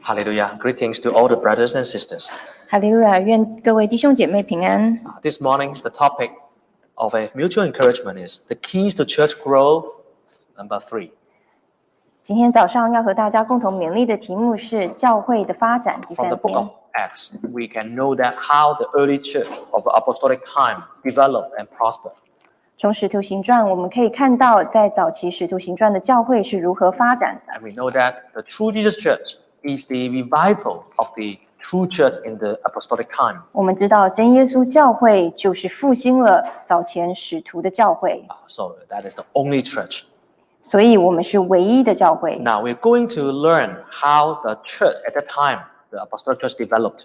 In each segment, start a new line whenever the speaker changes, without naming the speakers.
Hallelujah. Greetings to all the brothers and sisters.
哈利路亚！愿各位弟兄姐妹平安。
Uh, This morning, the topic of a mutual encouragement is the keys to church growth, number three.
今天早上要和大家共同勉励的题目是教会的发展第
From
三
the book
篇
of。Acts, we can know that how the early church of the apostolic time developed and prospered.
从使徒行传，我们可以看到，在早期使徒行传的教会是如何发展的。
And we know that the true Jesus church is the revival of the true church in the apostolic time.
我们知道，真耶稣教会就是复兴了早前使徒的教会，
Uh, So that is the only church.
所以我们是唯一的教会。
Now we're going to learn how the church at that time, the apostolic church developed.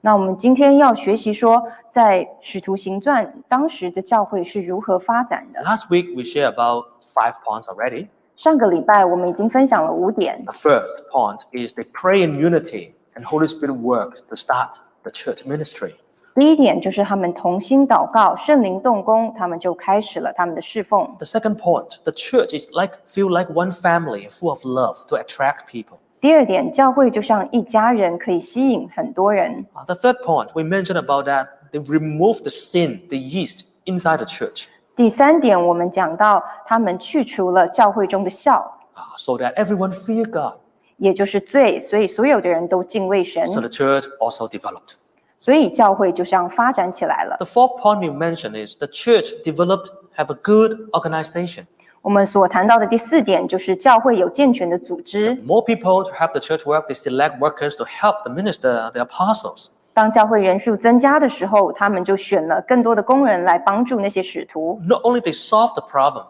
那我们今天要学习说，在使徒行传当时的教会是如何发展的。
Last week we shared about five points already.
上个礼拜我们已经分享了五点，
The first point is they pray in unity and Holy Spirit work to start the church ministry.
第一点就是他们同心祷告，圣灵动工，他们就开始了他们的侍奉。
The second point, the church is like feel like one family full of love to attract people.
第二点，教会就像一家人，可以吸引很多人。
Uh, The third point we mentioned about that they remove the sin, the yeast inside the church,
第三点，我们讲到他们去除了教会中的笑，
uh, so that everyone fear God.
也就是罪，所以所有的人都敬畏神，
So the church also developed.
所以教会就像发展起来了
The。fourth point we mentioned is the church developed have a good organization.
我们所谈到的第四点就是教会有健全的组织。
More people to help the church work, they select workers to help the minister, the apostles.
当教会人数增加的时候，他们就选了更多的工人来帮助那些使徒。
Not only they solve the problem,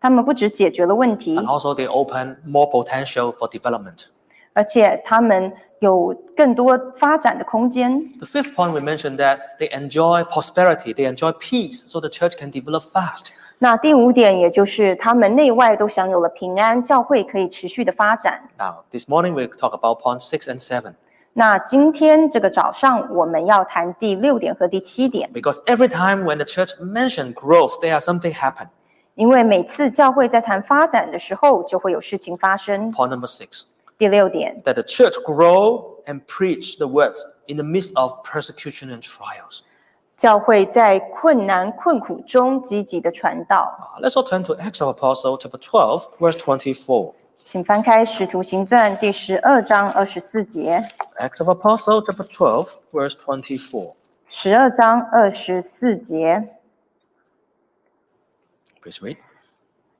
他们不只解决了问题
and，also they open more potential for development.
而且他们有更多发展的空间。
The fifth point we mentioned that they enjoy prosperity, they enjoy peace, so the church can develop fast.
那第五点，也就是他们内外都享有了平安，教会可以持续的发展。
Now, this morning we'll talk about point six and seven
那今天这个早上，我们要谈第六点和第七点，
because every time when the church mentioned growth, there is something happen.
因为每次教会在谈发展的时候，就会有事情发生。
Point number six
第六点，
that the church grow and preach the words in the midst of persecution and trials.
教会在困难困苦中积极的传道。
Uh, let's all turn to Acts of Apostle chapter 12, verse 24.
请翻开《使徒行传》第十二章二十四节，
Acts of Apostle chapter 12, verse 24.
十二章二十四节。
Please read.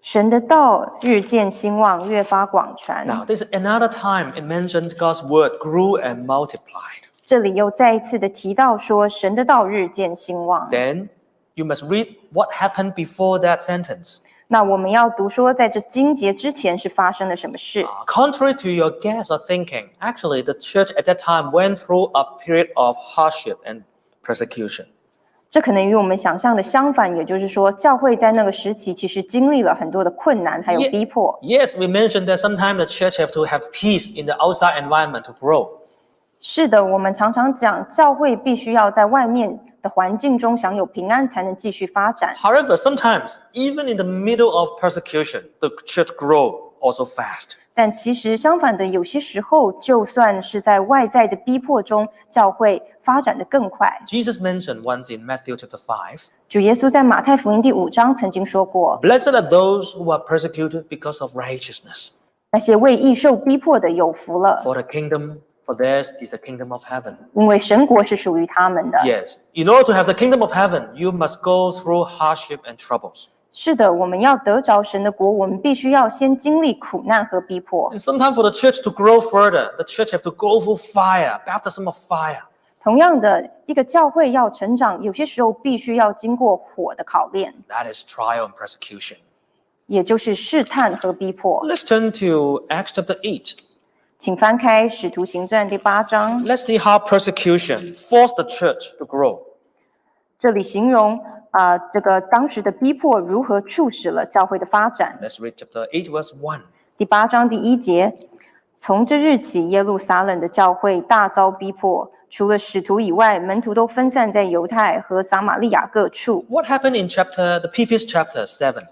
神的道日渐兴旺，越发广传。
Now, this is another time it mentioned God's word grew and multiplied.
这里又再一次的提到说，神的道日渐兴旺。
Then you must read what happened before that sentence.
那我们要读说，在这经节之前是发生了什么事？
Uh, contrary to your guess or thinking, actually, the church at that time went through a period of hardship and persecution.
这可能与我们想象的相反，也就是说，教会在那个时期其实经历了很多的困难，还有
Yeah.
逼迫。
Yes, we mentioned that sometimes the church have to have peace in the outside environment to grow.
是的，我们常常讲，教会必须要在外面的环境中享有平安，才能继续发展。
However, sometimes even in the middle of persecution, the church grow also fast.
但其实相反的，有些时候，就算是在外在的逼迫中，教会发展的更快。
Jesus mentioned once in Matthew chapter 5,
主耶稣在马太福音第五章曾经说过：“
Blessed are those who are persecuted because of righteousness,
那些为义受逼迫的有福了，
for the kingdom, for theirs is the kingdom of heaven.
因为神国是属于他们的。
Yes, in order to have the kingdom of heaven, you must go through hardship and troubles.
是的，我们要得着神的国，我们必须要先经历苦难和逼迫。
And sometimes for the church to grow further, the church have to go through fire, baptism of fire.
同样的，一个教会要成长，有些时候必须要经过火的考验，
That is trial and persecution.
也就是试探和逼迫。
Let's turn to Acts chapter 8.
请翻开《使徒行传》第八章，
Let's see how persecution forced the church to grow.
这里形容啊、呃这个当时的逼迫如何促使了教会的发展。
Let's read chapter 8, verse 1.
第八章第一节，从这日起，耶路撒冷的教会大遭逼迫，除了使徒以外，门徒都分散在犹太和撒玛利亚各处。
What happened in chapter, the previous chapter 7?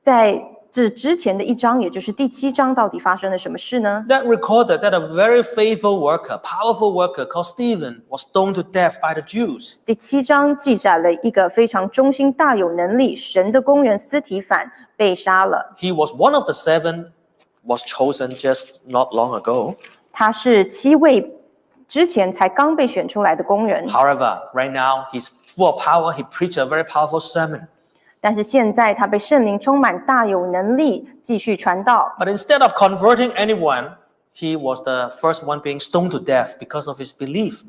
在至之前的一章，也就是第七章，到底发生了什么事呢？
That recorded that a very faithful worker, powerful worker called Stephen was stoned to death by the Jews.
第七章记载了一个非常忠心、大有能力、神的工人斯提凡被杀了，
He was one of the seven was chosen just not long ago.
他是七位之前才刚被选出来的工人，
However, right now he's full of power. He preached a very powerful sermon.
但是现在他被圣灵充满，大有能力继续传道。
But instead of converting anyone, he was the first one being stoned to death because of his belief.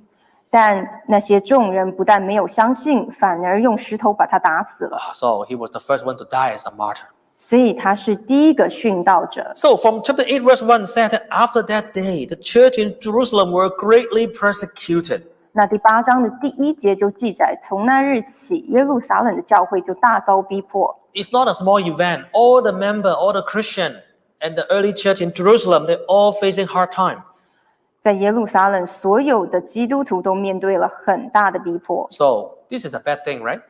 但那些众人不但没有相信，反而用石头把他打死了。
So he was the first one to die as a martyr.
所以他是第一个殉道者。
So from chapter 8, verse 1 said that after that day, the church in Jerusalem were greatly persecuted.
那第八章的第一节就记载，从那日起，耶路撒冷的教会就大遭逼迫。
It's not a small event. All the member, all the Christian, and the early church in Jerusalem, they're all facing hard time.
在耶路撒冷，所有的基督徒都面对了很大的逼迫。
So this is a bad thing, right?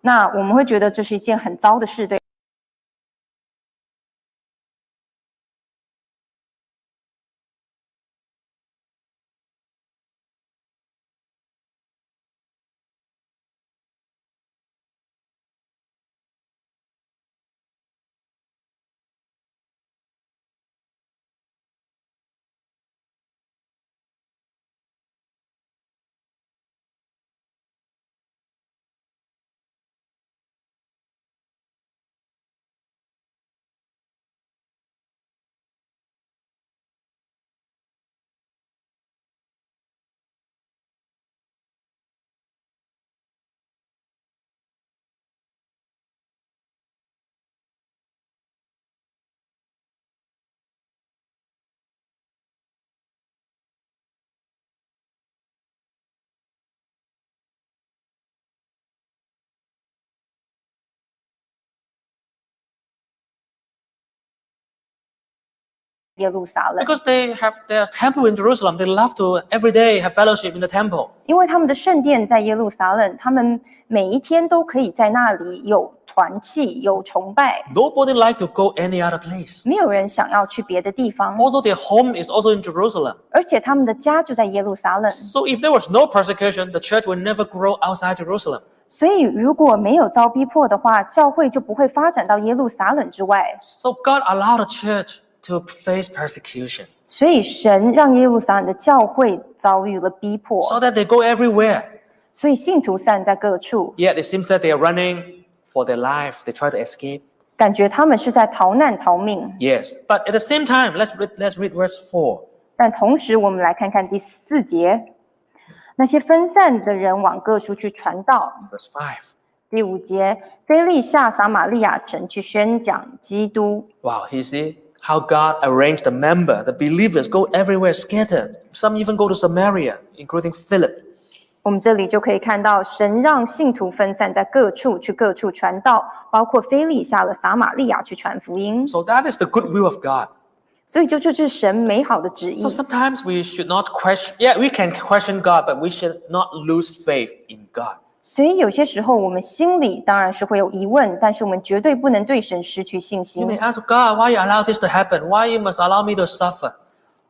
那我们会觉得这是一件很糟的事，对？耶路撒冷，
Because they have their temple in Jerusalem. They love to every day have fellowship in the temple.
因为他们的圣殿在耶路撒冷，他们每一天都可以在那里有团契、有崇拜，
Nobody like to go any other place.
没有人想要去别的地方。
Also, their home is also in Jerusalem.
而且他们的家就在耶路撒冷，
So if there was no persecution, the church would never grow outside Jerusalem.
所以如果没有遭逼迫的话，教会就不会发展到耶路撒冷之外。
So God allowed the church to face persecution
所以神让耶路撒冷的教会遭遇了逼
so
迫，
that they go everywhere.
所以信徒散在各处，
Yet it seems that they are running for their life. They try to escape.
感觉他们是在逃难逃命。
Yes. But at the same time, let's read, let's read verse 4.
但同时，我们来看看第四节，那些分散的人往各处去传道。
Verse 5.
第五节，菲利下撒玛利亚城去宣讲基督。
Wow, you see how God arranged the member, the believers go everywhere scattered. Some even go to Samaria, including Philip.
我们这里就可以看到，神让信徒分散在各处去各处传道，包括非利下了撒玛利亚去传福音。
So that is the good will of God.
所以就这就是神美好的旨意
So。sometimes we should not question. Yeah, we can question God, but we should not lose faith in God.
所以有些时候我们心里当然是会有疑问，但是我们绝对不能对神失去信
You
心
may。ask God, why you allow this to happen? Why you must allow me to suffer?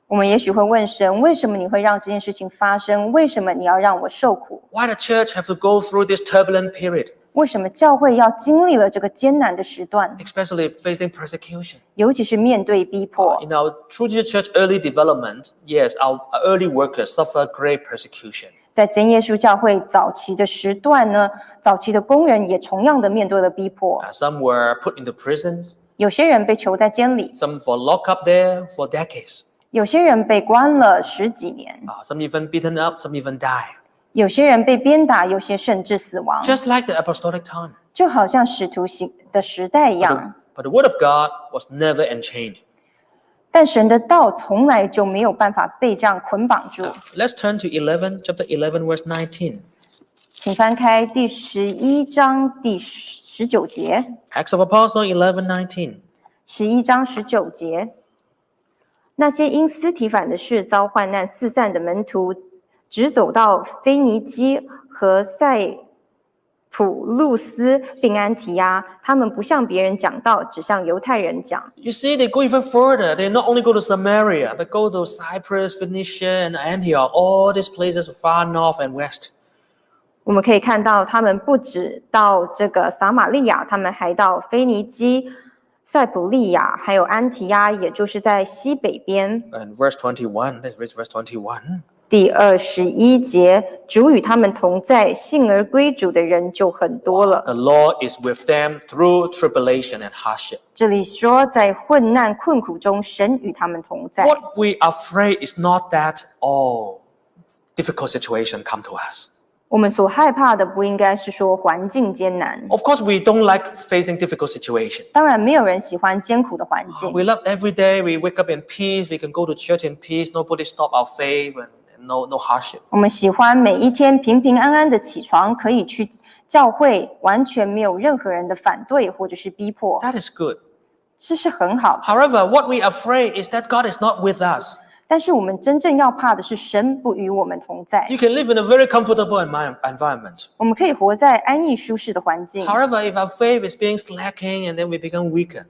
我们也许会问神，为什么你会让这件事情发生？为什么你要让我受苦？
Why the church have to go through this turbulent period,
为什么教会要经历了这个艰难的时段，
especially facing persecution?
尤其是面对逼迫？
In our True Jesus Church early development, yes, our early workers suffer great persecution.
在真耶稣教会早期的时段呢，早期的工人也同样的面对了逼迫
Uh,，some were put into prisons,
有些人被囚在监里，
some for lockup there for decades.
有些人被关了十几年，
Uh, some even beaten up, some even die.
有些人被鞭打，有些甚至死亡，
Just like the apostolic time.
就好像使徒行的时代一
But the-
样。
but the word of God was never unchanged.
但神的道从来就没有办法被这样捆绑住。
Let's turn to 11, chapter 11, verse 19.
请翻开第十一章第十九节，
Acts of Apostle 11, 19.
十一章十九节，那些因斯提反的事遭患难四散的门徒，只走到腓尼基和塞普路斯并安提亚，他们不向别人讲道，只向犹太人讲。
You see, they go even further. They not only go to Samaria, but go to Cyprus, Phoenicia, and Antioch, all these places far north and west.
我们可以看到，他们不止到这个撒玛利亚，他们还到腓尼基、塞普利亚，还有安提亚，也就是在西北边。
And verse 21, let's read verse 21.
第二十一节，主与他们同在，信而归主的人就很多了。
The Lord is with them through tribulation and hardship.
这里说，在混难困苦中，神与他们同在。
What we are afraid is not that all difficult situation come to us.
我们所害怕的不应该是说环境艰难，
Of course, we don't like facing difficult situation.
当然没有人喜欢艰苦的环境。
We love every day. We wake up in peace. We can go to church in peace. Nobody stop our faith and, and no no hardship.
我们喜欢每一天平平安安的起床，可以去教会，完全没有任何人的反对或者是逼迫，
That is good.
这是很好。
However, what we are afraid is that God is not with us.
但是我们真正要怕的是神不与我们同在。
You can live in a very comfortable envi- environment.
我们可以活在安逸舒适的环境，
However, if our faith is being slacking and then we become weaker,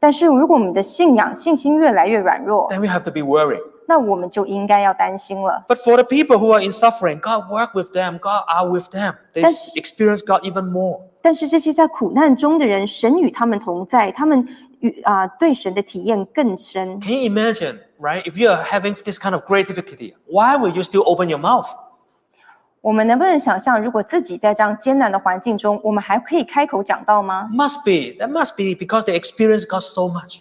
但是如果我们的信仰信心越来越软弱，
then we have to be worried.
那我们就应该要担心了。
But for the people who are in suffering, God work with them. God are with them. They
That's-
experience God even more.
但是这些在苦难中的人，神与他们同在，他们与啊、对神的体验更深。
Can you imagine, right? If you are having this kind of great difficulty, why will you still open your mouth?
我们能不能想象，如果自己在这样艰难的环境中，我们还可以开口讲道吗？
Must be that must be because they experience God so much.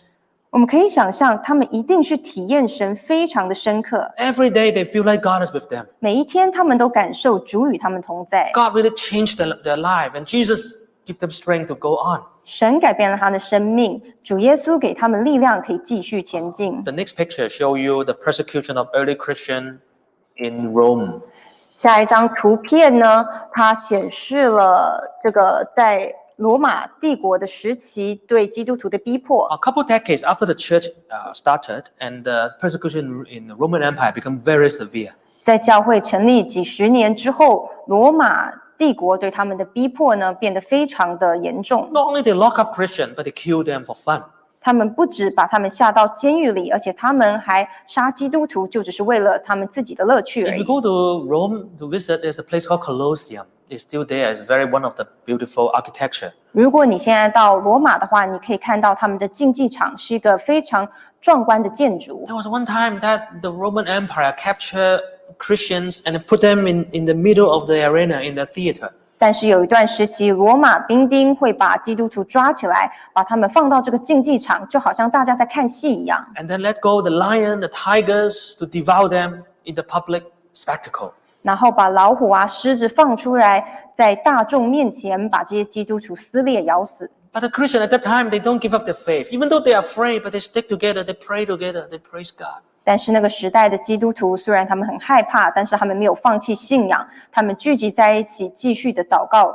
我们可以想象，他们一定是体验神非常的深刻，
Every day they feel like God is with them.
每一天他们都感受主与他们同在，
God really changed their, their life, and Jesus give them strength to go on.
神改变了他的生命，主耶稣给他们力量，可以继续前进。
The next picture show you the persecution of early Christian in Rome.
下一张图片呢，它显示了这个在罗马帝国的时期对基督徒的逼迫。
A couple decades after the church uh, started, and the persecution in the Roman Empire became very severe.
在教会成立几十年之后，罗马帝国对他们的逼迫呢，变得非常的严重。
Not only they lock up Christian, but they kill them for fun.
他们不止把他们下到监狱里，而且他们还杀基督徒，就只是为了他们自己的乐趣而
If you
已。
go to Rome to visit, there's a place called Colosseum. It's still there. It's very one of the beautiful architecture.
如果你现在到罗马的话，你可以看到他们的竞技场是一个非常壮观的建筑。
There was one time that the Roman Empire captured Christians and put them in, in the middle of the arena in the theater.
但是有一段时期，罗马兵丁会把基督徒抓起来，把他们放到这个竞技场，就好像大家在看戏一样。
and then let go the lion, the tigers to devour them in the public spectacle.
然后把老虎啊、狮子放出来，在大众面前把这些基督徒撕裂咬死。
But the Christian at that time, they don't give up their faith. Even though they are afraid, but they stick together, they pray together, they praise God.
但是那个时代的基督徒虽然他们很害怕，但是他们没有放弃信仰，他们聚集在一起，继续的祷告。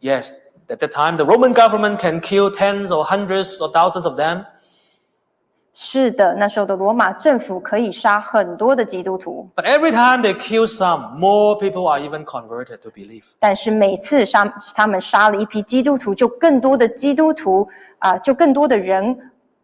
Yes, at that time, the Roman government can kill tens or hundreds or thousands of them.
是的，那时候的罗马政府可以杀很多的基督徒，
But every time they kill some, more people are even converted to belief.
但是每次杀他们杀了一批基督徒，就更多的基督徒啊、就更多的人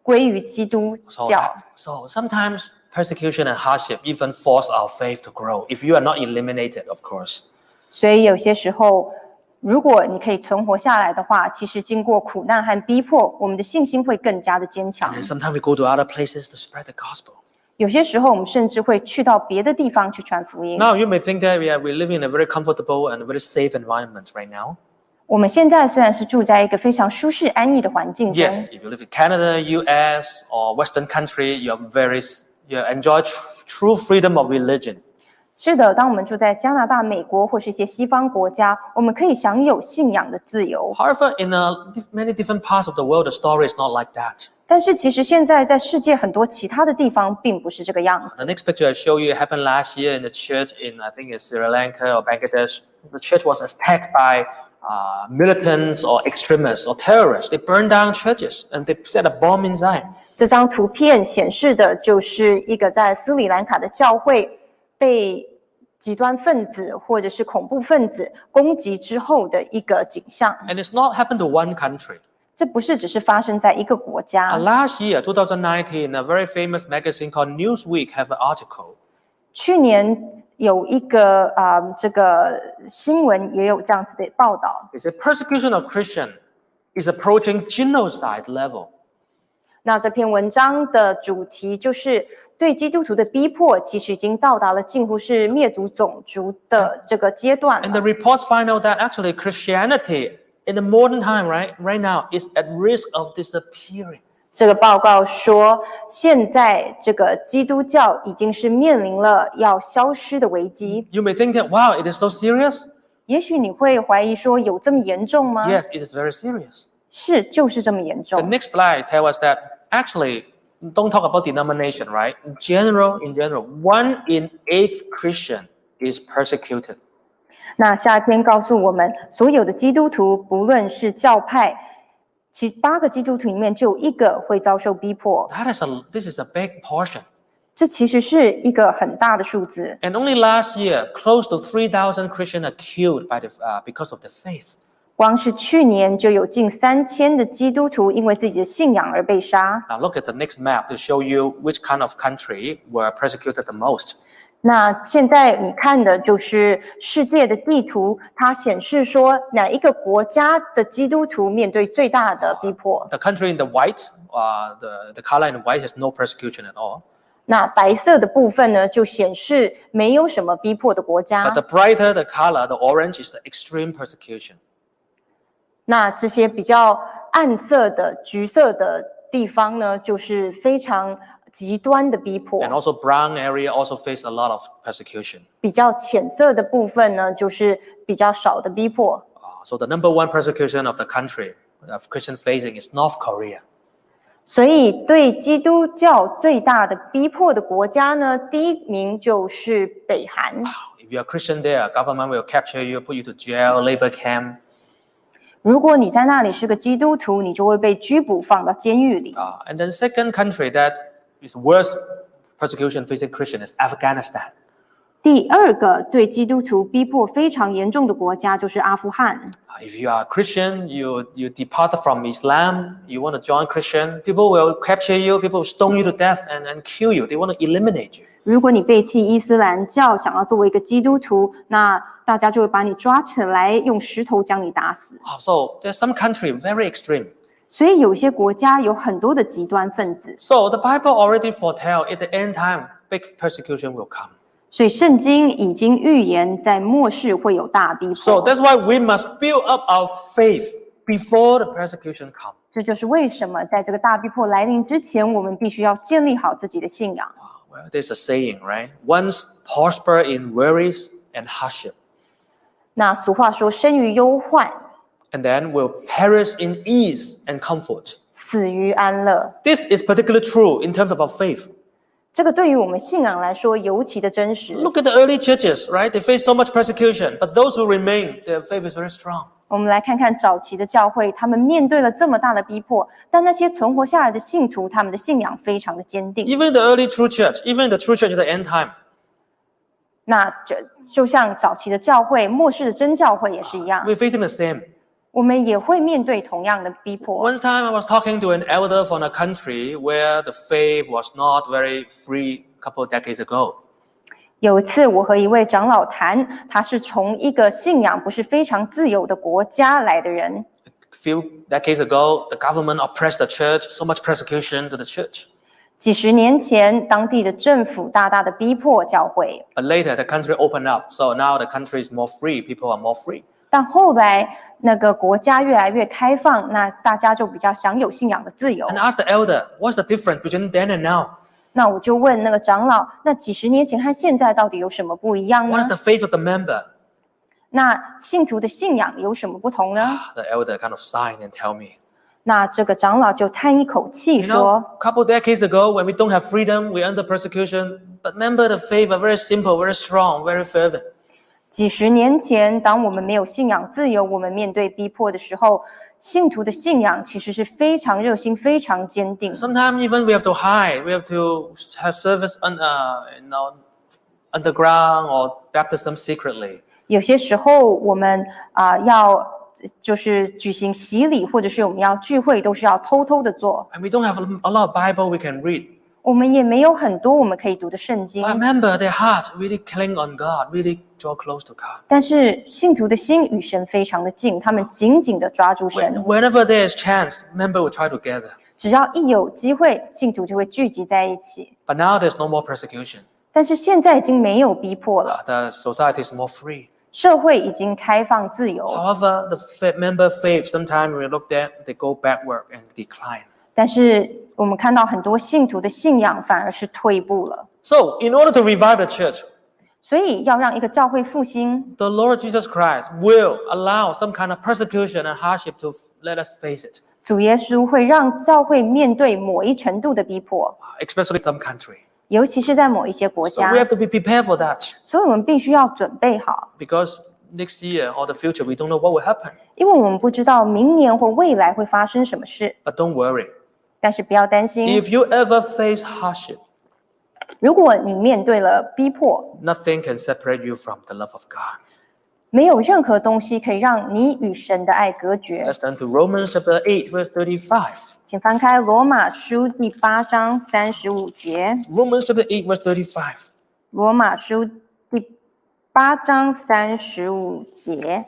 归于基督
So,
教。
so sometimes persecution and hardship even force our faith to grow if you are not eliminated, of course.
所以有些时候，如果你可以存活下来的话，其实经过苦难和逼迫，我们的信心会更加的坚强
And。then sometimes we go to other places to spread the gospel.
有些时候，我们甚至会去到别的地方去传福音。
Now you may think that yeah, we live in a very comfortable and very safe environment right now.
我们现在虽然是住在一个非常舒适安逸的环境中，
Yes, if you live in Canada, U.S. or Western country, you are very s- you enjoy tr- true freedom of religion.
是的，当我们住在加拿大、美国或是一些西方国家，我们可以享有信仰的自由。
However, in uh, dif- many different parts of the world, the story is not like that.
但是其实现在在世界很多其他的地方并不是这个样子。
The next picture I show you happened last year in the church in I think it's Sri Lanka or Bangladesh. The church was attacked by uh, militants or extremists or terrorists. They burned down churches and they set a bomb inside.
这张图片显示的就是一个在斯里兰卡的教会被极端分子或者是恐怖分子攻击之后的一个景象。
And it's not happened to one country.
这不是只是发生在一个国家
Uh,。last year, 2019, a very famous magazine called Newsweek have an article.
去年有一个啊、呃这个新闻也有这样子的报道，
They say persecution of Christian is approaching genocide level.
那这篇文章的主题就是对基督徒的逼迫，其实已经到达了近乎是灭族种族的这个阶段
And
了
the reports find out that actually Christianity in the modern time, right, right now, is at risk of disappearing.
这个报告说，现在这个基督教已经是面临了要消失的危机。
You may think that, wow, it is so serious.
也许你会怀疑说，有这么严重吗？
Yes, it is very serious.
是，就是这么严
The
重。
next slide tell us that actually, don't talk about denomination, right? In general, in general, one in eight Christian is persecuted.
那下一篇告诉我们，所有的基督徒，不论是教派，其八个基督徒里面就有一个会遭受逼迫，
That is a this is a big portion.
这其实是一个很大的数字。
And only last year, close to 3,000 Christians are killed by the, uh, because of the faith.
光是去年就有近三千的基督徒因为自己的信仰而被杀。
Now look at the next map to show you which kind of country were persecuted the most.
那现在你看的就是世界的地图，它显示说哪一个国家的基督徒面对最大的逼迫。
The country in the white, uh, the, the color in white has no persecution at all.
那白色的部分呢，就显示没有什么逼迫的国
But
家
the。brighter the color, the orange is the extreme persecution.
那这些比较暗色的、橘色的地方呢，就是非常极端的逼迫
And；also brown area also faced a lot of persecution.
比较浅色的部分呢，就是比较少的逼迫。
Uh, so the number one persecution of the country of Christian facing is North Korea.
所以，对基督教最大的逼迫的国家呢，第一名就是北韩。
If you're a Christian there, government will capture you, put you to jail, labor camp.
如果你在那里是个基督徒，你就会被拘捕，放到监狱里。
Uh, and then second country that is worst persecution facing Christian is Afghanistan.
第二个对基督徒逼迫非常严重的国家就是阿富汗。
Uh, If you are a Christian, you you depart from Islam, you want to join Christian, people will capture you, people will stone you to death and, and kill you. They want to eliminate you.
如果你背弃伊斯兰教，想要作为一个基督徒，那大家就会把你抓起来，用石头将你打死。
Uh, so there's some country very extreme.
所以，有些国家有很多的极端分子。
So the Bible already foretell at the end time big persecution will come.
所以，圣经已经预言在末世会有大逼迫。
So that's why we must build up our faith before the persecution comes.
这就是为什么在这个大逼迫来临之前，我们必须要建立好自己的信仰。
Uh, Well, there's a saying, right? Once prosper in worries and hardship,
那俗话说“生于忧患，
and then will perish in ease and comfort.
死于安乐
This is particularly true in terms of our faith. ”，
这个对于我们信仰来说尤其的真实。
Look at the early churches, right? They faced so much persecution, but those who remain, their faith is very strong.
我们来看看早期的教会，他们面对了这么大的逼迫，但那些存活下来的信徒，他们的信仰非常的坚定。
Even the early true church, even the true church at the end time,
那就就像早期的教会，末世的真教会也是一样，
we're facing the same.
我们也会面对同样的逼迫。
One time I was talking to an elder from a country where the faith was not very free a couple of decades ago.
有一次，我和一位长老谈，他是从一个信仰不是非常自由的国家来的人。
A few decades ago, the government oppressed the church, so much persecution to the church.
几十年前，当地的政府大大的逼迫教会，
But later, the country opened up, so now the country is more free, people are more free.
但后来那个国家越来越开放，那大家就比较享有信仰的自由
And。I asked the elder, what's the difference between then and now?
那我就问那个长老，那几十年前和现在到底有什么不一样呢
What is？the faith of the member?
那信徒的信仰有什么不同呢？
The elder kind of sighed and tell me.
那这个长老就叹一口气
You know,
说
a couple decades ago, when we don't have freedom, we're under persecution. But member, the faith are very simple, very strong, very fervent.：“
几十年前，当我们没有信仰自由，我们面对逼迫的时候，信徒的信仰其实是非常热心、非常坚定。
Sometimes even we have to hide, we have to have service on, uh, you know, underground or baptism secretly.
有些时候我们啊、要就是举行洗礼，或者是我们要聚会，都是要偷偷的做。
And we don't have a lot of Bible we can read.
我们也没有很多我们可以读的圣经
But，remember, their heart really cling on God, really draw close to God.
但是信徒的心与神非常的近，他们紧紧的抓住
When,
神。
whenever there is chance, member will try to gather.
只要一有机会，信徒就会聚集在一起。
But now there's no more persecution.
但是现在已经没有逼迫
Uh,
了，
the society is more free.
社会已经开放自
啊
由，
However, the fa- member faith, sometimes when we look at, they go backward and decline.
但是我们看到很多信徒的信仰反而是退步了。
So, in order to revive the church,
所以要让一个教会复兴，
the Lord Jesus Christ will allow some kind of persecution and hardship to f- let us face it,
主耶稣会让教会面对某一程度的逼迫，
uh, especially some country.
尤其是在某一些国
So
家
we，have to be prepared for that
所以我们必须要准备好，
because next year or the future, we don't know what will happen.
因为我们不知道明年或未来会发生什么事。
But don't worry.
但是不要担心，
If you ever face hardship,
如果你面对了逼迫，
nothing can separate you from the love of God.
没有任何东西可以让你与神的爱隔绝
Let's。turn to Romans chapter 8, verse 35.
请翻开罗马书第八章三十五节。
Romans chapter 8, verse 35.
罗马书第八章三十五节。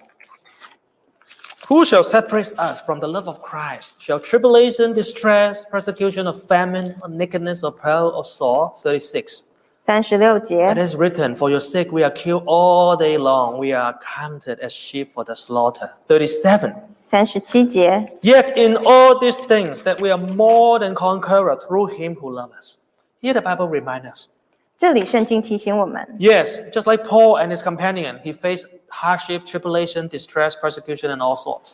Who shall separate us from the love of Christ? Shall tribulation, distress, persecution, or famine, or nakedness, or peril, or sore? 36.
三十六
It
节，
is written, For your sake we are killed all day long. We are counted as sheep for the slaughter. 37.
三十七节，
Yet in all these things that we are more than conqueror through him who loved us. Here the Bible reminds us.
这里圣经提醒我们，
Yes, just like Paul and his companion, he faced hardship, tribulation, distress, persecution, and all sorts.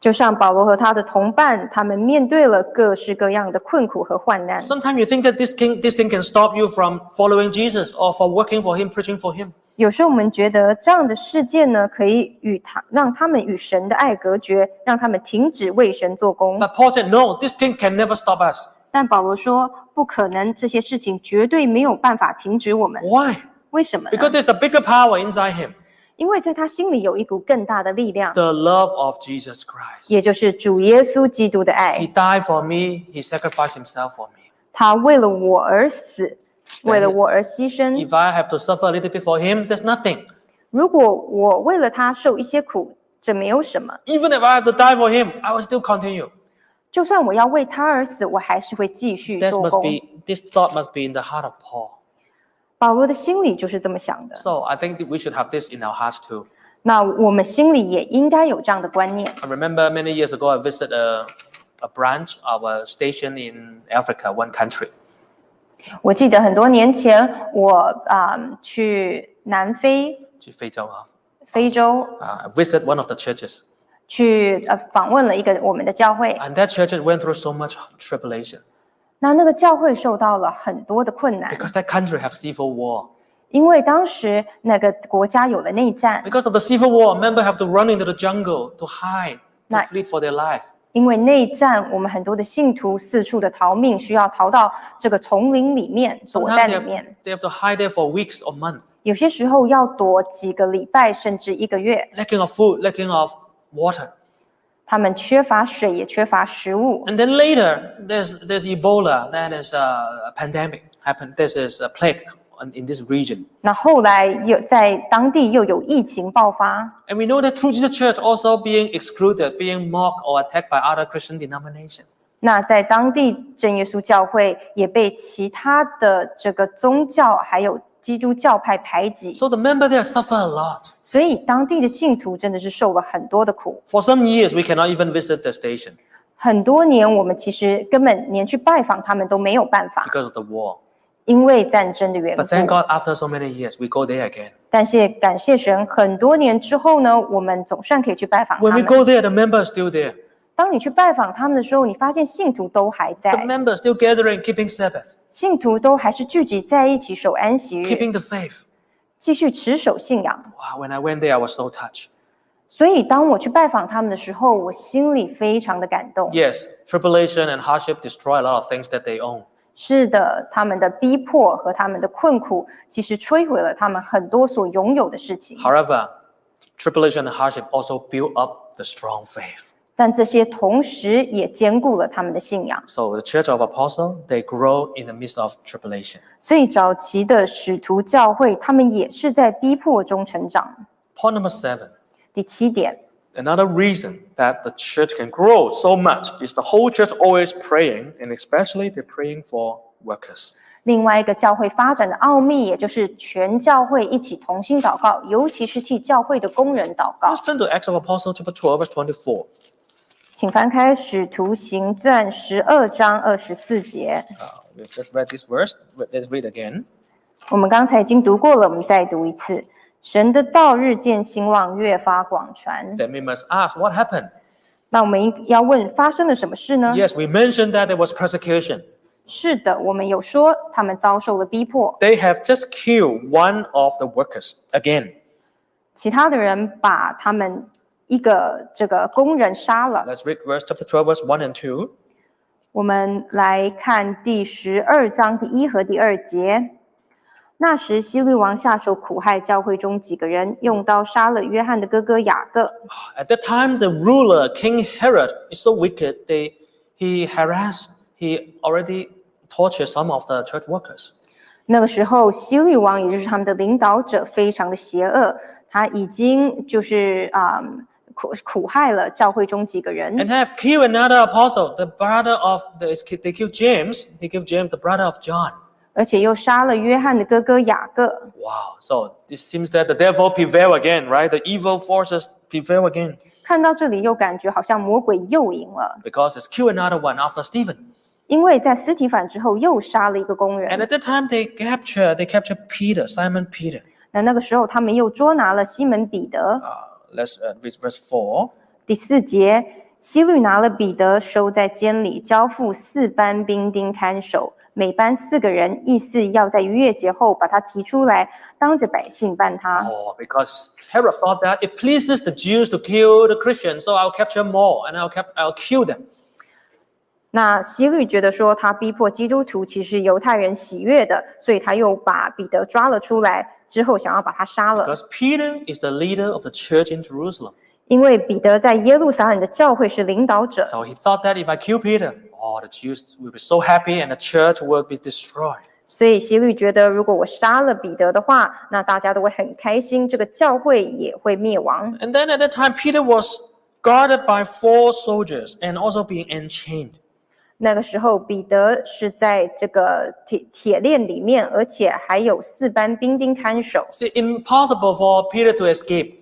就像保罗和他的同伴，他们面对了各式各样的困苦和患难。
Sometimes you think that this thing, this thing can stop you from following Jesus or for working for Him, preaching for Him.
有时候我们觉得这样的事件呢，可以与他让他们与神的爱隔绝，让他们停止为神做工。
But Paul said, no, this thing can never stop us.
但保罗说，不可能，这些事情绝对没有办法停止我们。
Why?
为什么呢
Because there's a bigger power inside him
因为在他心里有一股更大的力量。
the love of Jesus Christ.
也就是主耶稣基督的
He
爱，
died for me, He sacrificed Himself for me.
他为了我而死，为了我而牺
If
牲。
I have to suffer a little bit for Him, there's nothing.
如果我为了他受一些苦，这没有什么。
Even if I have to die for Him, I will still continue.
就算我要为他而死，我还是会继续
This
做
must
工。
be this thought must be in the heart of Paul.
保罗的心里就是这么想的。
So I think that we should have this in our hearts too.
那我们心里也应该有这样的观念。
I remember many years ago, I visited a, a branch of a station in Africa, one country.
我记得很多年前，我啊、去南非、
去非洲啊
非洲
uh, I visited one of the churches,
去呃访问了一个我们的教会。
and that church went through so much tribulation
那那个教会受到了很多的困难。
because that country have civil war.
因为当时那个国家有了内战，
Because of the civil war, members have to run into the jungle to hide, to
Right.
flee for their life.
因为内战，我们很多的信徒四处的逃命，需要逃到这个丛林里面，躲在
Sometimes they
里
have,
面。
they have to hide there for weeks or months,
有些时候要躲几个礼拜，甚至一个月。
lacking of food, lacking of water.
他们缺乏水，也缺乏食物。
And then later, there's, there's Ebola, that is a pandemic happened. This is a plague on- in this region.
那后来又在当地又有疫情爆发，
And we know that true Jesus church also being excluded, being mocked or attacked by other Christian denomination.
那在当地真耶稣教会也被其他的这个宗教还有基督教派排挤，
So the member there suffer a lot.
所以当地的信徒真的是受了很多的苦。
For some years, we cannot even visit the station
很多年，我们其实根本连去拜访他们都没有办法，
because of the war.
因为战争的缘
But thank
故。
God, after so many years, we go there again.
但是感谢神，很多年之后呢，我们总算可以去拜访他
When we
们。
go there, the member is still there.
当你去拜访他们的时候，你发现信徒都还
The
在，
member is still gathering, keeping Sabbath,
信徒都还是聚集在一起守安息日，
keeping the faith.
继续持守信仰。
Wow, when I went there, I was so touched.
所以当我去拜访他们的时候，我心里非常的感动。
Yes, tribulation and hardship destroy a lot of things that they own.
是的，他们的逼迫和他们的困苦，其实摧毁了他们很多所拥有的事情。
However, tribulation and hardship also build up the strong faith.
但这些同时也兼顾了他们的信仰。
So the Church of Apostle they grow in the midst of tribulation.
最早期的使徒教会，他们也是在逼迫中成长。
Point number seven.
第七点，
Another reason that the church can grow so much is the whole church always praying, and especially they're praying for workers.
另外一个教会发展的奥秘，也就是全教会一起同心祷告，尤其是替教会的工人祷告
Let's。turn to Acts of Apostles chapter 12, verse 24.
请翻开《使徒行传》十二章二十四节，
Uh, we've just read this verse. but Let's read again.
我们刚才已经读过了，我们再读一次。神的道日渐兴旺，越发广传。
Then we must ask, what happened?
那我们应要问，发生了什么事呢
Yes, we mentioned that there was persecution.
是的，我们有说他们遭受了逼迫，
They have just killed one of the workers again.
其他的人把他们一个这个工人杀了。
Let's read verse chapter 12, verse 1 and 2.
我们来看第十二章第一和第二节。那时，希律王下手苦害教会中几个人，用刀杀了约翰的哥哥雅各。
At that time, the ruler, King Herod, is so wicked, they, he harassed, he already tortured some of the church workers.
那个时候，希律王也就是他们的领导者，非常的邪恶，他已经就是啊、苦苦害了教会中几个人
And。have killed another apostle, the brother of, the, they killed James, he killed James, the brother of John.
而且又杀了约翰的哥哥雅各。
Wow, so it seems that the devil prevail again, right? The evil forces prevail again
看到这里，又感觉好像魔鬼又赢了，
because it's killed another one after Stephen.
因为在斯提凡之后又杀了一个工
And
人。
at that time, they capture, they capture Peter, Simon Peter.
那那个时候，他们又捉拿了西门彼得。
Uh, let's uh, read verse 4.
第四节，希律拿了彼得，收在监里，交付四班兵丁看守，每班四个人，意思要在逾越节后把他提出来，当着百姓办他。
Oh, because Herod thought that it pleases the Jews to kill the Christians, so I'll capture more and I'll, cap- I'll kill them.
那希律觉得说他逼迫基督徒，其实犹太人喜悦的，所以他又把彼得抓了出来，之后想要把他杀了。
Because Peter is the leader of the church in Jerusalem.
因为彼得在耶路撒冷的教会是领导者，
So he thought that if I kill Peter, oh, the Jews will be so happy and the church will be destroyed.
所以希律觉得，如果我杀了彼得的话，那大家都会很开心，这个教会也会灭亡。
And then at that time, Peter was guarded by four soldiers and also being enchained.
那个时候，彼得是在这个铁铁链里面，而且还有四班兵丁看守。
See, impossible for Peter to escape,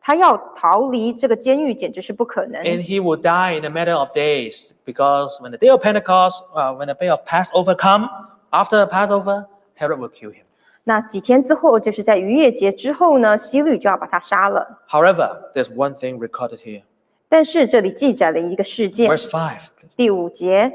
他要逃离这个监狱，简直是不可
and
能。
he will die in a matter of days. Because when the day of Pentecost, uh, when the day of Passover come, after Passover, Herod will kill him.
那几天之后，就是在逾越节之后呢，希律就要把他杀了。
However, there's one thing recorded here.
但是这里记载了一个事件，
Verse 5.
第五节，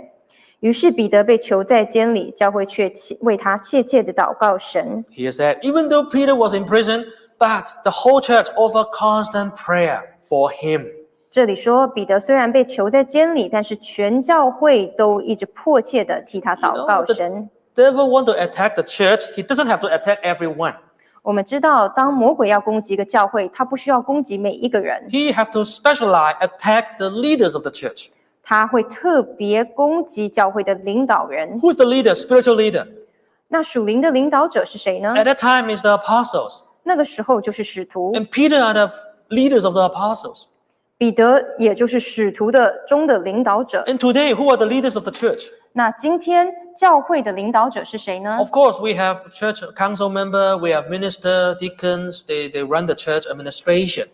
于是彼得被囚在监里，教会却切为他切切的祷告神。
He said, even though Peter was in prison, but the whole church offered constant prayer for him.
这里说，彼得虽然被囚在监里，但是全教会都一直迫切的替他祷告
You know, the-
神。
Devil want to attack the church. He doesn't have to attack everyone.
我们知道，当魔鬼要攻击一个教会，他不需要攻击每一个人，
He have to specialize attack the leaders of the church.
他会特别攻击教会的领导人。
Who's the leader? Spiritual leader.
那属灵的领导者是谁呢
At？that time is the apostles.
那个时候就是使徒，
And Peter are the f- leaders of the apostles.
彼得也就是使徒的中的领导者。
And today, who are the leaders of the church?
那今天教会的领导者是谁呢？
Of course, we have church council member, we have minister, deacons, they, they run the church administration.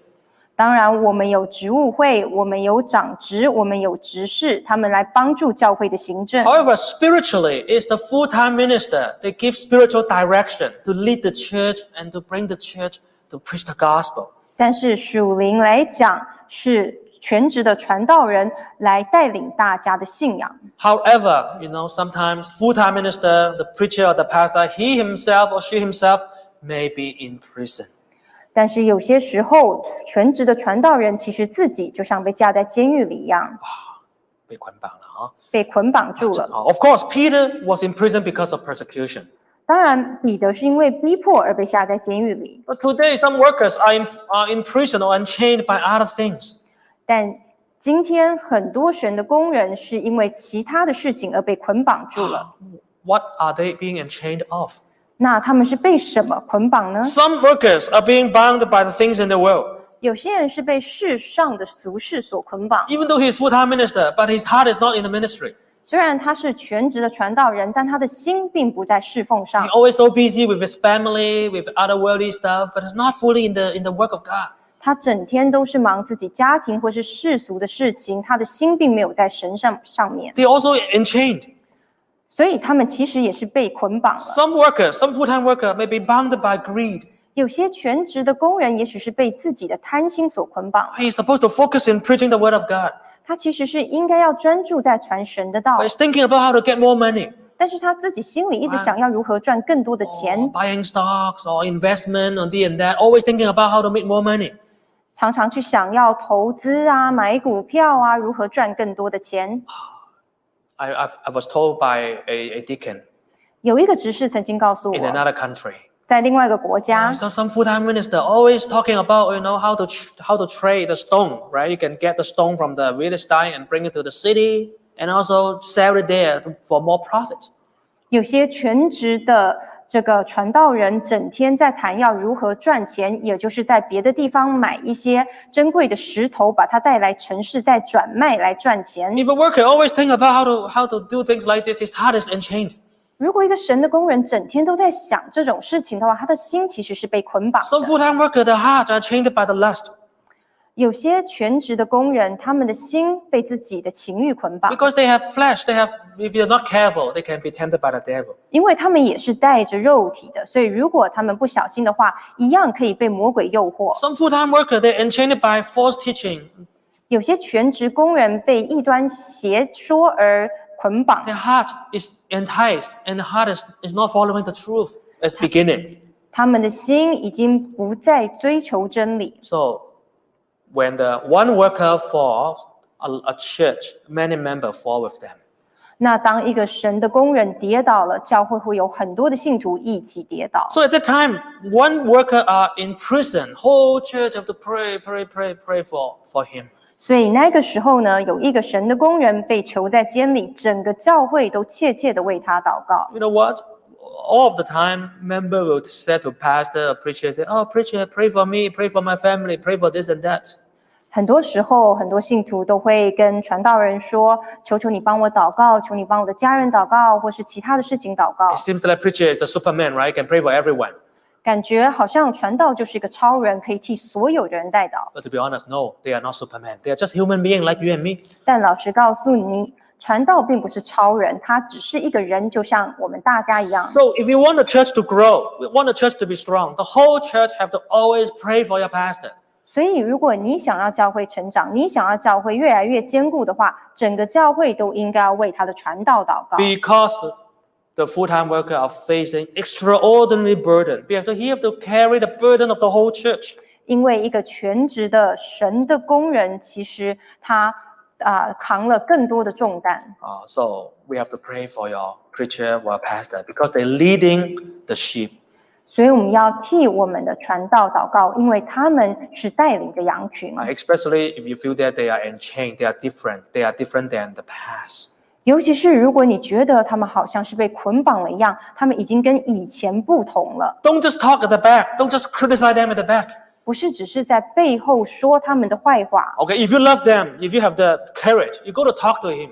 当然，我们有职务会，我们有长职，我们有执事，他们来帮助教会的行政。
However, spiritually, it's the full-time minister. They give spiritual direction to lead the church and to bring the church to preach the gospel.
但是属灵来讲，是全职的传道人来带领大家的信仰。
However, you know, sometimes full-time minister, the preacher or the pastor, he himself or she himself may be in prison.
但是有些时候，全职的传道人其实自己就像被架在监狱里一样。
被捆绑了啊。
被捆绑住了。
啊 Of course, Peter was in prison because of persecution.
当然，彼得是因为逼迫而被下在监狱里，
But today, some workers are in, are in prison or enchained by other things.
但今天很多神的工人是因为其他的事情而被捆绑住了。
What are they being enchained of?
那他们是被什么捆绑呢？
Some workers are being bound by the things in the world.
有些人是被世上的俗事所捆绑，
Even though he's full-time minister, but his heart is not in the ministry.
虽然他是全职的传道人，但他的心并不在侍奉上
He's，always so busy with his family, with other worldly stuff, but he's not fully in the in the work of God.
他整天都是忙自己家庭或是世俗的事情，他的心并没有在神上上面，
They also enchained.
所以他们其实也是被捆绑了。
Some workers, some full-time worker may be bound by greed.
有些全职的工人也许是被自己的贪心所捆绑，
He's supposed to focus in preaching the word of God.
他其实是应该要专注在传神的道
But，he's thinking about how to get more money.
但是他自己心里一直想要如何赚更多的
Or
钱，
buying stocks or investment on the and that, always thinking about how to make more money.
常常去想要投资啊、买股票啊，如何赚更多的钱。
I, I, I was told by a, a deacon
有一个执事曾经告诉
in
我，
another country.
在另外一个国家
Oh, So some full-time minister always talking about you know how to tr- how to trade the stone, right? You can get the stone from the real estate and bring it to the city, and also sell it there to- for more profit.
有些全职的这个传道人整天在谈要如何赚钱，也就是在别的地方买一些珍贵的石头，把它带来城市再转卖来赚钱。
If a worker always think about how to how to do things like this, his heart is enchained.
如果一个神的工人整天都在想这种事情的话，他的心其实是被捆绑
Some
的。
full-time worker, their hearts are chained by the lust
有些全职的工人，他们的心被自己的情欲捆绑，
because they have flesh. They have if you're not careful, they can be tempted by the devil.
因为他们也是带着肉体的，所以如果他们不小心的话，一样可以被魔鬼诱惑。
Some full-time worker, they're enchained by false teaching.
有些全职工人被异端邪说而捆绑
Their，heart is enticed, and the heart is, is not following the truth as beginning.
他们的心已经不再追求真理。
So when the one worker falls, a, a church, many members fall with them.
那当一个神的工人跌倒了，教会会有很多的信徒一起跌倒。
So at that time, one worker are in prison. Whole church have to pray, pray, pray, pray for, for him.
所以那个时候呢，有一个神的工人被囚在监里，整个教会都切切地为他祷告。
You know what? All of the time, member will say to pastor, preacher, say, "Oh, preacher, pray for me, pray for my family, pray for this and that."
很多时候，很多信徒都会跟传道人说：“求求你帮我祷告，求你帮我的家人祷告，或是其他的事情祷告。”
It seems like preacher is the Superman, right? Can pray for everyone.
感觉好像传道就是一个超人，可以替所有的人代祷。
But to be honest, no, they are not Superman. They are just human being like you and me.
但老实告诉你，传道并不是超人，他只是一个人，就像我们大家一样。
So if you want the church to grow, we want the church to be strong, the whole church have to always pray for your pastor.
所以，如果你想要教会成长，你想要教会越来越坚固的话，整个教会都应该要为他的传道祷告。
Because the full-time worker are facing extraordinary burden. We have to, he have to carry the burden of the whole church.
因为一个全职的神的工人，其实他啊、扛了更多的重担，
Uh, so we have to pray for your preacher, for your pastor, because they're leading the sheep.
所以我们要替我们的传道祷告，因为他们是带领着羊群
Uh,。especially if you feel that they are enchained, they are different, they are different than the past.
尤其是如果你觉得他们好像是被捆绑了一样，他们已经跟以前不同了，
Don't just talk at the back. Don't just criticize them at the back.
不是只是在背后说他们的坏话。
Okay, if you love them, if you have the courage, you go to talk to him.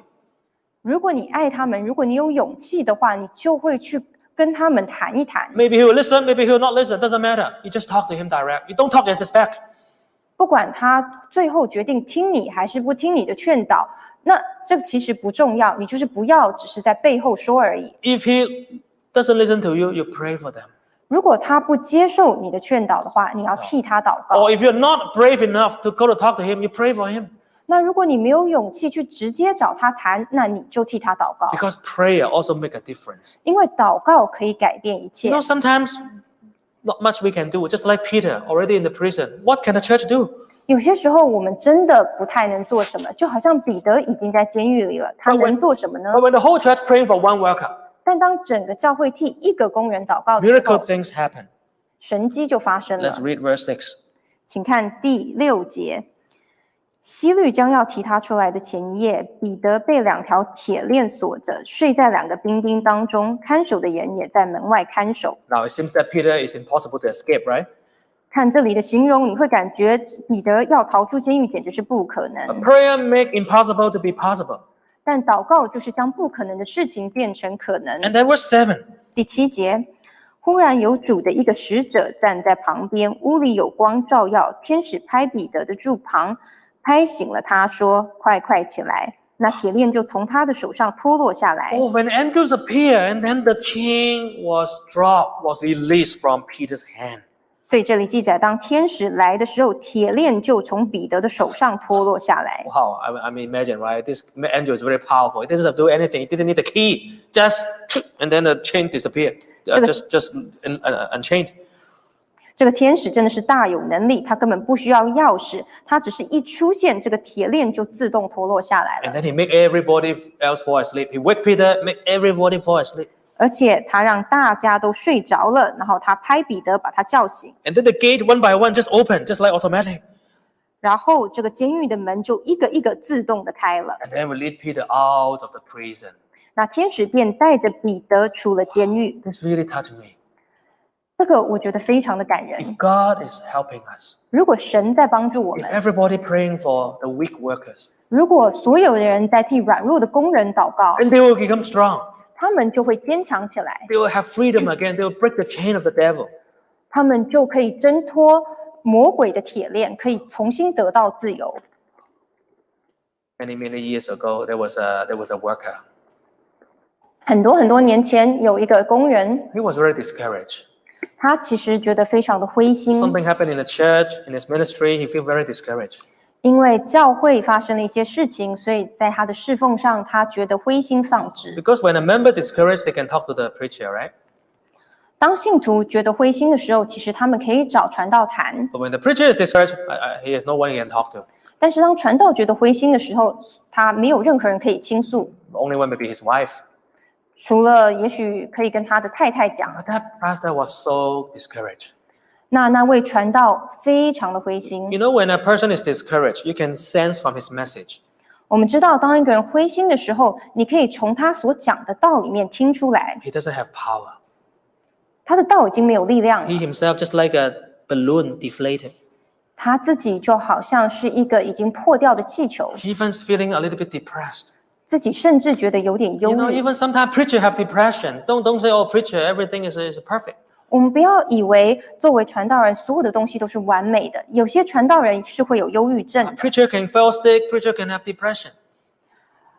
如果你爱他们，如果你有勇气的话，你就会去跟他们谈一谈。
Maybe he'll listen, maybe he'll not listen, doesn't matter. You just talk to him direct. You don't talk at his back.
不管他最后决定听你还是不听你的劝导，那这其实不重要，你就是不要只是在背后说而已。
If he doesn't listen to you, you pray for them.
如果他不接受你的劝导的话，你要替他祷告。
Or if you're not brave enough to go to talk to him, you pray for him.
那如果你没有勇气去直接找他谈，那你就替他祷告。
Because prayer also make a difference.
因为祷告可以改变一
You
切
know,。sometimes not much we can do. Just like Peter, already in the prison. What can the church do?
有些时候我们真的不太能做什么，就好像彼得已经在监狱里了，他
那我
能做什么呢？
But when the whole church praying for one worker,
但当整个教会替一个工人祷告的时
miracle
候，
things happen.
神机就发生了
Let's。read verse 6.
请看第六节，希律将要提他出来的前一夜，彼得被两条铁链锁着，睡在两个兵丁当中，看守的人也在门外看守。
Now it seems that Peter is impossible to escape, right?
看这里的形容，你会感觉彼得要逃出监狱简直是不可
But
能。
prayer make impossible to be possible.
但祷告就是将不可能的事情变成可能。
And then verse 7.
第七节，忽然有主的一个使者站在旁边，屋里有光照耀，天使拍彼得的柱旁，拍醒了他，说：“快快起来！”那铁链就从他的手上脱落下来。
Oh, when angels appear, and then the chain was dropped, was released from Peter's hand.
所以这里记载，当天使来的时候，铁链就从彼得的手上脱落下来。
Wow, I, I mean, imagine, right? This angel is very powerful. It doesn't have to do anything. It didn't need the key. Just, and then the chain disappeared. Uh,
So-
just, just un, un, unchained.
这个天使真的是大有能力，他根本不需要钥匙，他只是一出现，这个铁链就自动脱落下来了
And。then he make everybody else fall asleep. He wake Peter, make everybody fall asleep.
而且他让大家都睡着了，然后他拍彼得把他叫醒，
And then the gate one by one just open, just like automatic.
然后这个监狱的门就一个一个自动的开了。
And then we lead Peter out of the prison.
那天使便带着彼得出了监狱，
This really touched me.
这个我觉得非常的感
If
人。
God is helping us,
如果神在帮助我
if
们，
everybody praying for the weak workers,
如果所有的人在替软弱的工人祷告，
then they will become strong.
他们就会坚强起来，
They will have freedom again. They will break the chain of the devil.
他们就可以挣脱魔鬼的铁链，可以重新得到自由。
Many many years ago, there was a there was a worker.
很多很多年前，有一个工人，
He was very discouraged.
他其实觉得非常的灰心，
Something happened in the church, in his ministry. He feel very discouraged.
因为教会发生了一些事情，所以在他的侍奉上，他觉得灰心丧志。
Because when a member discouraged, they can talk to the preacher, right?
当信徒觉得灰心的时候，其实他们可以找传道谈；
But when the preacher is discouraged, I, I, he has no one he can talk to.
但是当传道觉得灰心的时候，他没有任何人可以倾诉，
The only one may be his wife.
除了也许可以跟他的太太讲。
But that pastor was so discouraged.
那那位传道非常的灰
You
心。
know, when a person is discouraged, you can sense from his message.
我们知道，当一个人灰心的时候，你可以从他所讲的道里面听出来，
He doesn't have power.
他的道已经没有力量
He
了，
himself, just like a balloon deflated.
他自己就好像是一个已经破掉的气球。
He even's feeling a little bit depressed.
自己甚至觉得有点忧
You know,
郁。
even sometimes preacher have depression. Don't don't say, oh, preacher, everything is, is perfect.
我们不要以为作为传道人，所有的东西都是完美的。有些传道人是会有忧郁症
A
的，
preacher can fall sick. Preacher can have depression.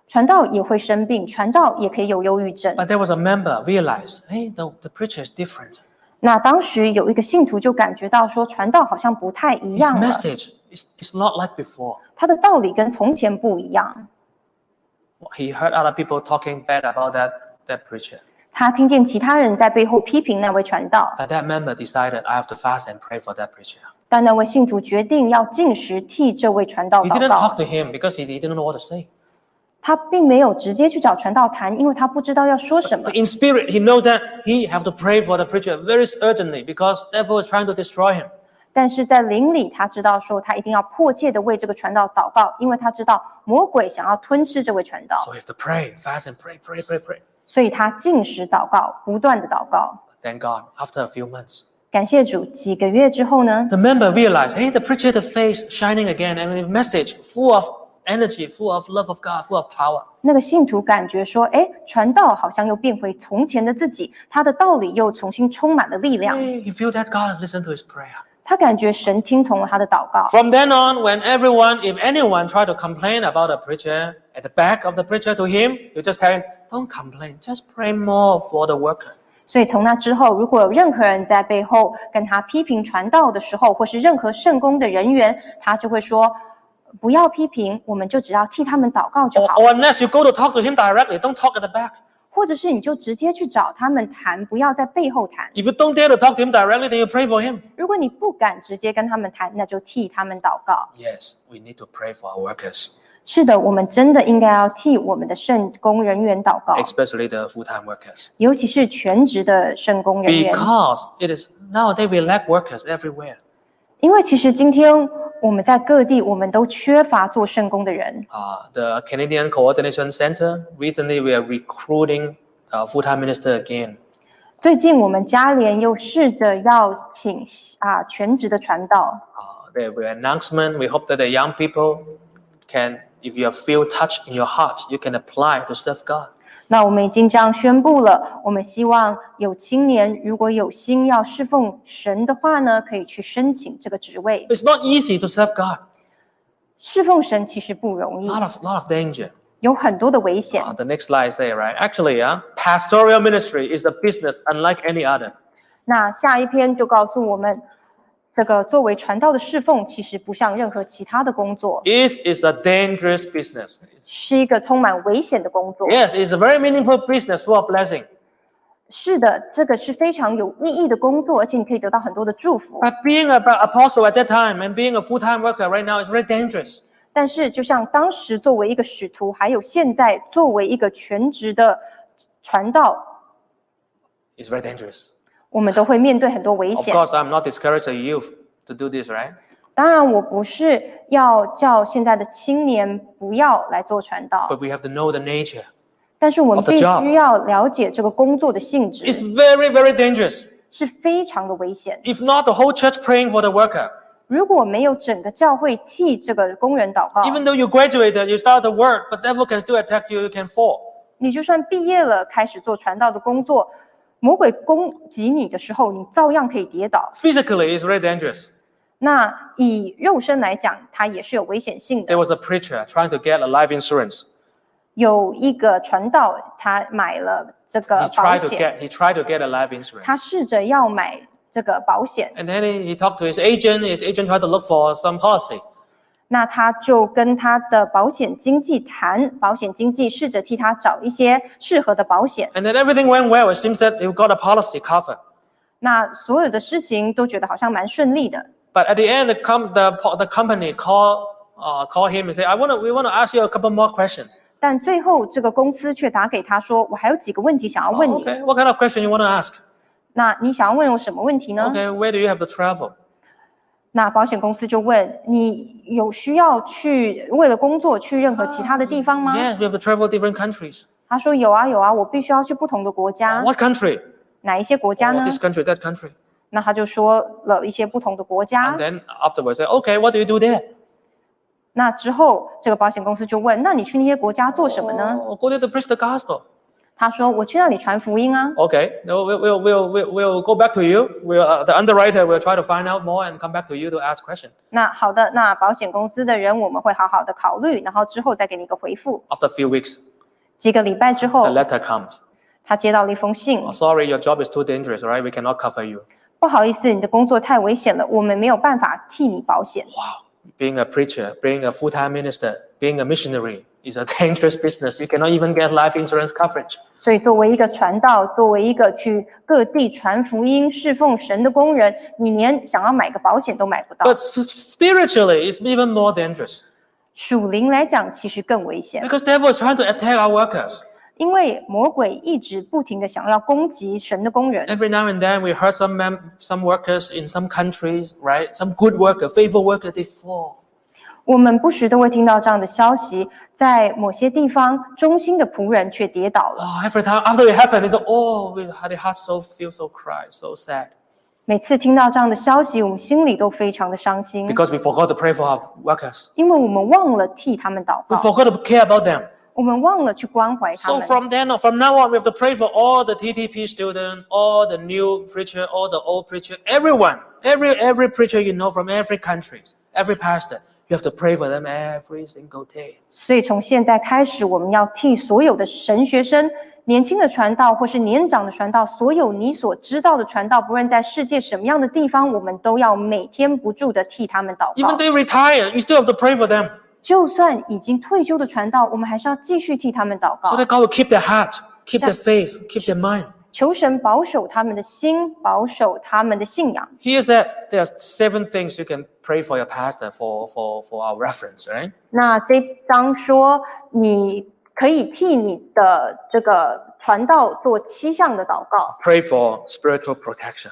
传道也会生病，传道也可以有忧郁症。
But there was a member realized, hey, the, the preacher is different.
那当时有一个信徒就感觉到说，传道好像不太一
His
样了，
message is, is not like before.
他的道理跟从前不一样。
He heard other people talking bad about that that preacher.
他听见其他人在背后批评那位传道，
But that member decided, I have to fast and pray for that preacher.
但那位信徒决定要进食替这位传道
He didn't
祷
talk
告。
to him because he, he didn't know what to say.
他并没有直接去找传道谈，因为他不知道要说什么
But。in spirit, he knows that he have to pray for the preacher very urgently because devil is trying to destroy him.
但是在灵里，他知道说他一定要迫切的为这个传道祷告，因为他知道魔鬼想要吞噬这位传道
So，we have to pray, fast and pray, pray, pray, pray.
所以他禁食祷告，不断的祷告。
Thank God. After a few months,
感谢主，几个月之后呢，
the member realized, hey, the preacher, the face shining again, and the message full of energy, full of love of God, full of power.
那个信徒感觉说，哎，传道好像又变回从前的自己，他的道理又重新充满了力量，
Hey, he feel that God listened to his prayer.
他感觉神听从了他的祷告。
From then on, when everyone, if anyone try to complain about the preacher, at the back of the preacher to him, you just tell him, don't complain, just pray more for the worker.
所以从那之后，如果有任何人在背后跟他批评传道的时候，或是任何圣公的人员，他就会说：“不要批评，我们就只要替他们祷告就
Or,
好。
or unless you go to talk to him directly, don't talk at the back. ”
或者是你就直接去找他们谈，不要在背后谈。
If you don't dare to talk to him directly, then you pray for him.
如果你不敢直接跟他们谈，那就替他们祷告。
Yes, we need to pray for our workers,
是的，我们真的应该要替我们的圣工人员祷告，
especially the full-time workers,
尤其是全职的圣工人员，
because it is nowadays we lack workers everywhere.
因为其实今天我们在各地，我们都缺乏做圣工的人。
Uh, the Canadian Coordination Center recently we are recruiting a full-time minister again.
最近我们家联又试着要请啊全职的传道，
Uh, there will be announcement. We hope that the young people can, if you feel touch in your heart, you can apply to serve God.
那我们已经这样宣布了，我们希望有青年如果有心要侍奉神的话呢，可以去申请这个职位。
It's not easy to serve God.
侍奉神其实不容
A
易，
lot of lot of danger.
有很多的危险
Uh,。the next slide say right. Actually, uh, pastoral ministry is a business unlike any other.
那下一篇就告诉我们，这个作为传道的侍奉，其实不像任何其他的工作，
It is a dangerous business.
是一个充满危险的工作。
Yes, it's a very meaningful business full of blessing.
是的，这个是非常有意义的工作，而且你可以得到很多的祝福。
But being an apostle at that time and being a full-time worker right now is very dangerous.
但是，就像当时作为一个使徒，还有现在作为一个全职的传道，
It's very dangerous.
我们都会面对很多危
Of
险。
course, I'm not discouraging youth to do this, right?
当然，我不是要叫现在的青年不要来做传道，
But we have to know the nature.
但是我们
of the
必
job
须要了解这个工作的性
It's
质
very, very dangerous.
是非常的危险。
If not, the whole church praying for the worker.
如果没有整个教会替这个工人祷告，
Even though you graduated, you start to work, but devil can still attack you. You can fall.
你就算毕业了，开始做传道的工作，魔鬼攻击你的时候，你照样可以跌倒。
Physically, it's very dangerous.
那以肉身来讲，它也是有危险性
There
的。
was a preacher trying to get a life insurance.
有一个传道，他买了这
He
个保
tried to
险，
get. He tried to get a life insurance.
他试着要买这个保险，
And then he, he talked to his agent. His agent tried to look for some policy.
那他就跟他的保险经纪谈，保险经纪试着替他找一些适合的保险。
And then everything went well. It seems that he got a policy covered.
那所有的事情都觉得好像蛮顺利的，
But at the end, the, com- the, po- the company called uh, call him and say, I wanna, we want to ask you a couple more questions.
但最后这个公司却打给他说：“我还有几个问题想要
"Oh,
问你。
okay, what kind of question you want to ask?
那你想要问我什么问题呢
Okay, where do you have to travel?
那保险公司就问：“你有需要去为了工作去任何其他的地方吗
Yes, we have to travel different countries.
他说：“有啊，有啊，我必须要去不同的国家。
What country?
哪一些国家
Oh,
呢
this country, that country.
那他就说了一些不同的国家
And。then afterwards, say, okay, what do you do there?
那之后，这个保险公司就问：“那你去那些国家做什么呢
Oh, go there to preach the gospel.
他说：“我去那里传福音啊。
Okay, no, we'll, we'll, we'll, we'll, we'll go back to you. We'll, uh, the underwriter will try to find out more and come back to you to ask question.
那好的，那保险公司的人我们会好好的考虑，然后之后再给你一个回复。
After a few weeks,
几个礼拜之
the
后，
letter comes.
他接到了一封信
Oh, sorry, your job is too dangerous, right? We cannot cover you.
不好意思，你的工作太危险了，我们没有办法替你保险。
Wow, being a preacher, being a full-time minister, being a missionary is a dangerous business. You cannot even get life insurance coverage.
所以，作为一个传道，作为一个去各地传福音、侍奉神的工人，你连想要买个保险都买不到。
But sp- spiritually, it's even more dangerous
属灵来讲，其实更危险，
because devil is trying to attack our workers.
因为魔鬼一直不停的想要攻击神的工人。
Every now and then, we heard some mem- some workers in some countries, right? Some good worker, faithful worker, they fall.
我们不时都会听到这样的消息，在某些地方，忠心的仆人却跌倒了。
Oh, every time after it happened, it's oh, we had the heart so feel so cry, so sad
每次听到这样的消息，我们心里都非常的伤心，
because we forgot to pray for our workers.
因为我们忘了替他们祷
We
告，
forgot to care about them.
我们忘了去关怀他
So
们。
from then on, from now on, we have to pray for all the TTP student, all the new preacher, all the old preacher, everyone, every every preacher you know from every country, every pastor. You have to pray for them every single day.
所以从现在开始，我们要替所有的神学生、年轻的传道或是年长的传道，所有你所知道的传道，不论在世界什么样的地方，我们都要每天不住的替他们祷
Even
告。
they retire, you still have to pray for them
就算已经退休的传道，我们还是要继续替他们祷
so
告
that，God will keep their heart. keep their faith, keep their mind.
求神保守他们的心，保守他们的信仰。
Here's that there are seven things you can pray for your pastor for for for our reference, right?
那这一章说，你可以替你的这个传道做七项的祷告，
Pray for spiritual protection.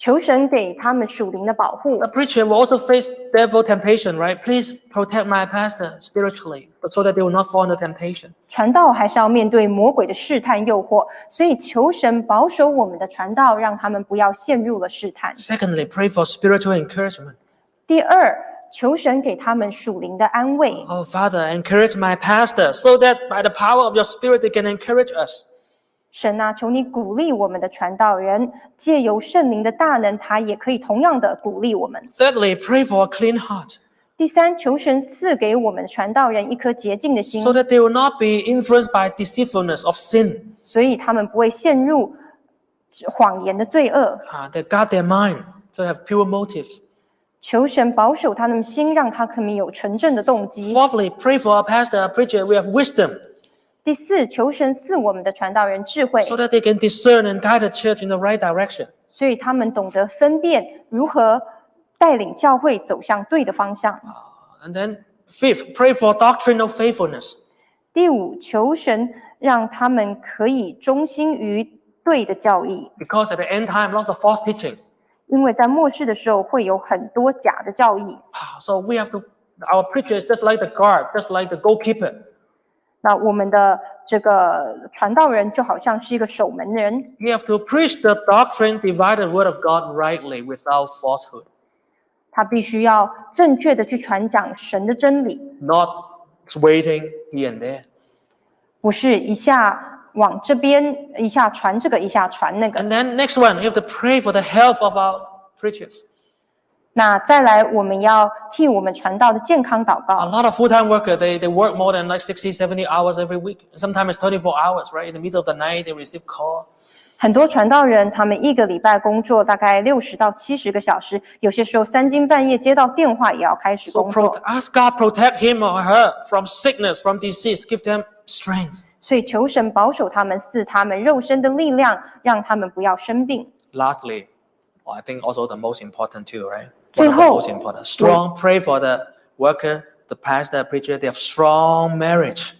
求神给他们属灵的保护
A。preacher will also face devil temptation, right? Please protect my pastor spiritually, but so that they will not fall under temptation.
传道还是要面对魔鬼的试探诱惑，所以求神保守我们的传道，让他们不要陷入了试探。
Secondly, pray for spiritual encouragement.
第二，求神给他们属灵的安慰。
Oh, Father, encourage my pastor so that by the power of your spirit they can encourage us.
神啊，求你鼓励我们的传道人，借由圣灵的大能，他也可以同样的鼓励我们。
Thirdly, pray for a clean heart
第三，求神赐给我们传道人一颗洁净的心
so，that they will not be influenced by deceitfulness of sin,
所以他们不会陷入谎言的罪恶。
uh, that guard their mind to have pure motives.
求神保守他们心，让他可能有纯正的动机。
Fourthly, pray for our pastor, our preacher, we have wisdom
第四，求神赐我们的传道人智慧，
so that they can discern and guide the church in the right direction.
所以他们懂得分辨如何带领教会走向对的方向。
And then fifth, pray for doctrinal faithfulness.
第五，求神让他们可以忠心于对的教义，
Because at the end time, lots of false teaching.
因为在末世的时候会有很多假的教义。
Ah, So we have to, our preacher is just like the guard, just like the goalkeeper.
那我们的这个传道人就好像是一个守门人，
You have to preach the doctrine, divide the word of God rightly without falsehood,
他必须要正确的去传讲神的真理，
not waiting here and there.
不是一下往这边一下传这个，一下传那个。
And then next one, you have to pray for the health of our preachers.
那再来，我们要替我们传道的健康祷
A
告。
lot of full-time workers, they, they work more than like 60, 70 hours every week. Sometimes it's 24 hours, right? In the middle of the night, they receive call.
很多传道人，他们一个礼拜工作大概六十到七十个小时，有些时候三更半夜接到电话也要开始
So
工
pro-
作。
ask God protect him or her from sickness, from disease. Give them strength.
所以求神保守他们，赐他们肉身的力量，让他们不要生病。
Lastly, well, I think also the most important too, right? One of the
最后-
most important. Strong. Pray for the worker, the pastor, preacher. They have strong marriage.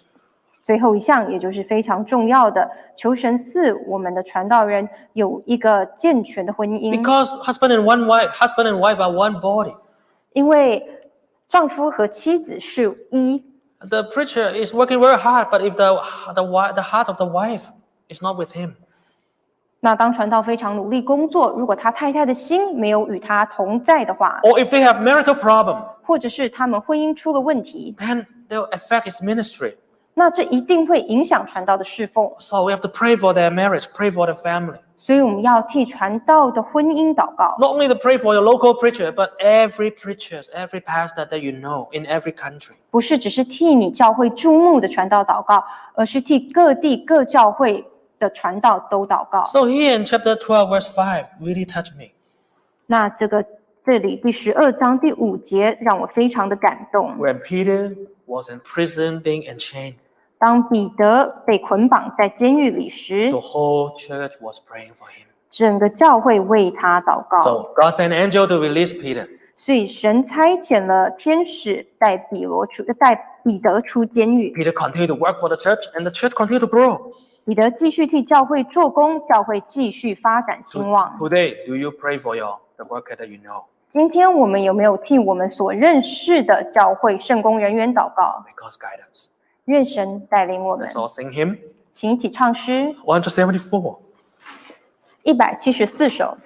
最后一项，也就是非常重要的，求神赐我们的传道人有一个健全的婚姻，
Because husband and one wife, husband and wife are one body.
因为丈夫和妻子是一。
The preacher is working very hard, but if the the wi- the heart of the wife is not with him,
那当传道非常努力工作，如果他太太的心没有与他同在的话，
or if they have marital problem,
或者是他们婚姻出了问题，
then they'll affect his ministry.
那这一定会影响传道的侍奉。
So we have to pray for their marriage, pray for the family.
所以我们要替传道的婚姻祷告，
not only to pray for your local preacher, but every preacher, every pastor that you know in every country.
不是只是替你教会注目的传道祷告，而是替各地各教会的传道都祷告。
So here in chapter 12, verse 5, really touched me.
那这个这里第十二章第五节让我非常的感动。
When Peter was in prison being enchained,
当彼得被捆绑在监狱里时
the，whole church was praying for him.
整个教会为他祷告。
So God sent an angel to release Peter.
所以神差遣了天使带彼罗出，带彼得出监狱。
Peter continued to work for the church, and the church continued to grow.
彼得继续替教会做工，教会继续发展兴旺。
Today, do you pray for your the worker that you know?
今天我们有没有替我们所认识的教会圣工人员祷告？
May God's guidance.
愿神带领我们
Let's，all sing hymn
请一起唱诗
174.
一百七十四首。